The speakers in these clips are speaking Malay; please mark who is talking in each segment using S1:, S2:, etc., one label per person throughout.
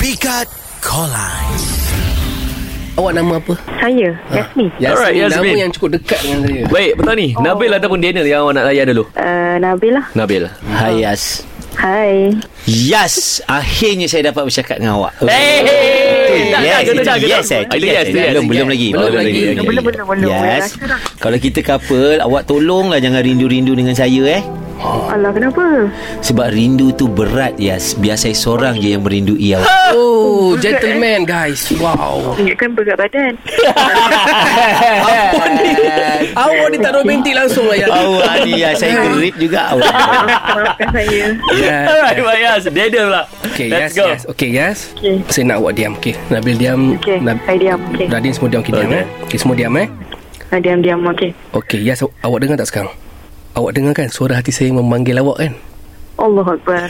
S1: Pikat Kolan.
S2: Awak nama apa?
S3: Saya,
S2: Ah.
S3: Yasmin.
S2: Alright,
S4: Alright, Yasmin.
S2: Nama yang cukup dekat dengan saya.
S4: Baik, petang ni oh. Nabil ataupun Daniel yang awak nak layan dulu
S3: Uh, Nabila.
S4: Nabil
S5: Hai Yas
S3: Hai.
S5: Yas Akhirnya saya dapat bercakap dengan awak
S4: Hey,
S5: Yes, itu
S4: dah, dah, dah, dah.
S5: yes, eh,
S4: Ah, itu
S5: itu
S4: yes,
S5: yes.
S4: itu yes.
S5: Belum, belum lagi.
S4: Belum
S2: Belum
S4: lagi.
S2: lagi.
S4: okey.
S3: Belum, belum, belum.
S5: Yes
S3: Rasa dah.
S5: Kalau kita couple Awak tolonglah Jangan rindu-rindu dengan saya eh
S2: Ah.
S3: Allah, kenapa?
S5: Sebab rindu tu berat Yas Biar saya seorang je yang merindui awak
S2: Oh, gentleman guys. Wow.
S3: Tunjukkan berat badan.
S2: Awak ni Awak ni tak romantik langsung lah ya.
S5: Awak ni Yas Saya gerip juga awak
S3: Maafkan saya.
S4: Alright, baik Yas Daniel pula
S2: Okay,
S4: Let's
S2: yes,
S4: go
S2: yes. Okay, yes.
S3: Okey.
S2: Saya nak awak diam, okay? Nabil diam.
S3: Okey,
S2: Nab-
S3: saya diam. Okey.
S2: Radin semua diam, okay, diam
S4: Okay.
S2: eh. Okay, semua diam eh.
S3: Ah, Diam-diam, okey.
S2: Okay, yes. aw- Awak dengar tak sekarang? Awak dengar kan suara hati saya memanggil awak kan?
S3: Allah Akbar.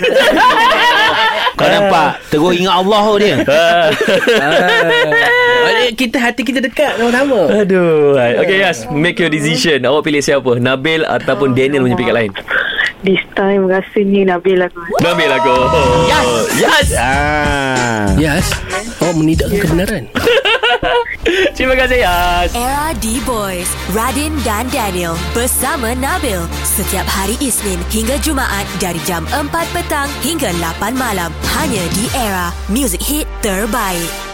S5: Kau nampak Terus ingat Allah oh dia
S2: Ah, kita hati kita dekat sama-sama.
S4: Aduh Okay Yas Make your decision Awak pilih siapa Nabil ataupun Daniel punya pick lain
S3: This time rasanya Nabila kot.
S4: Nabil lah go Yes Yes
S5: ah.
S2: Yes. Awak menidakkan kebenaran.
S4: Terima kasih Yas
S6: Era D-Boys, Radin dan Daniel bersama Nabil setiap hari Isnin hingga Jumaat dari jam 4 petang hingga 8 malam hanya di Era Music Hit Terbaik.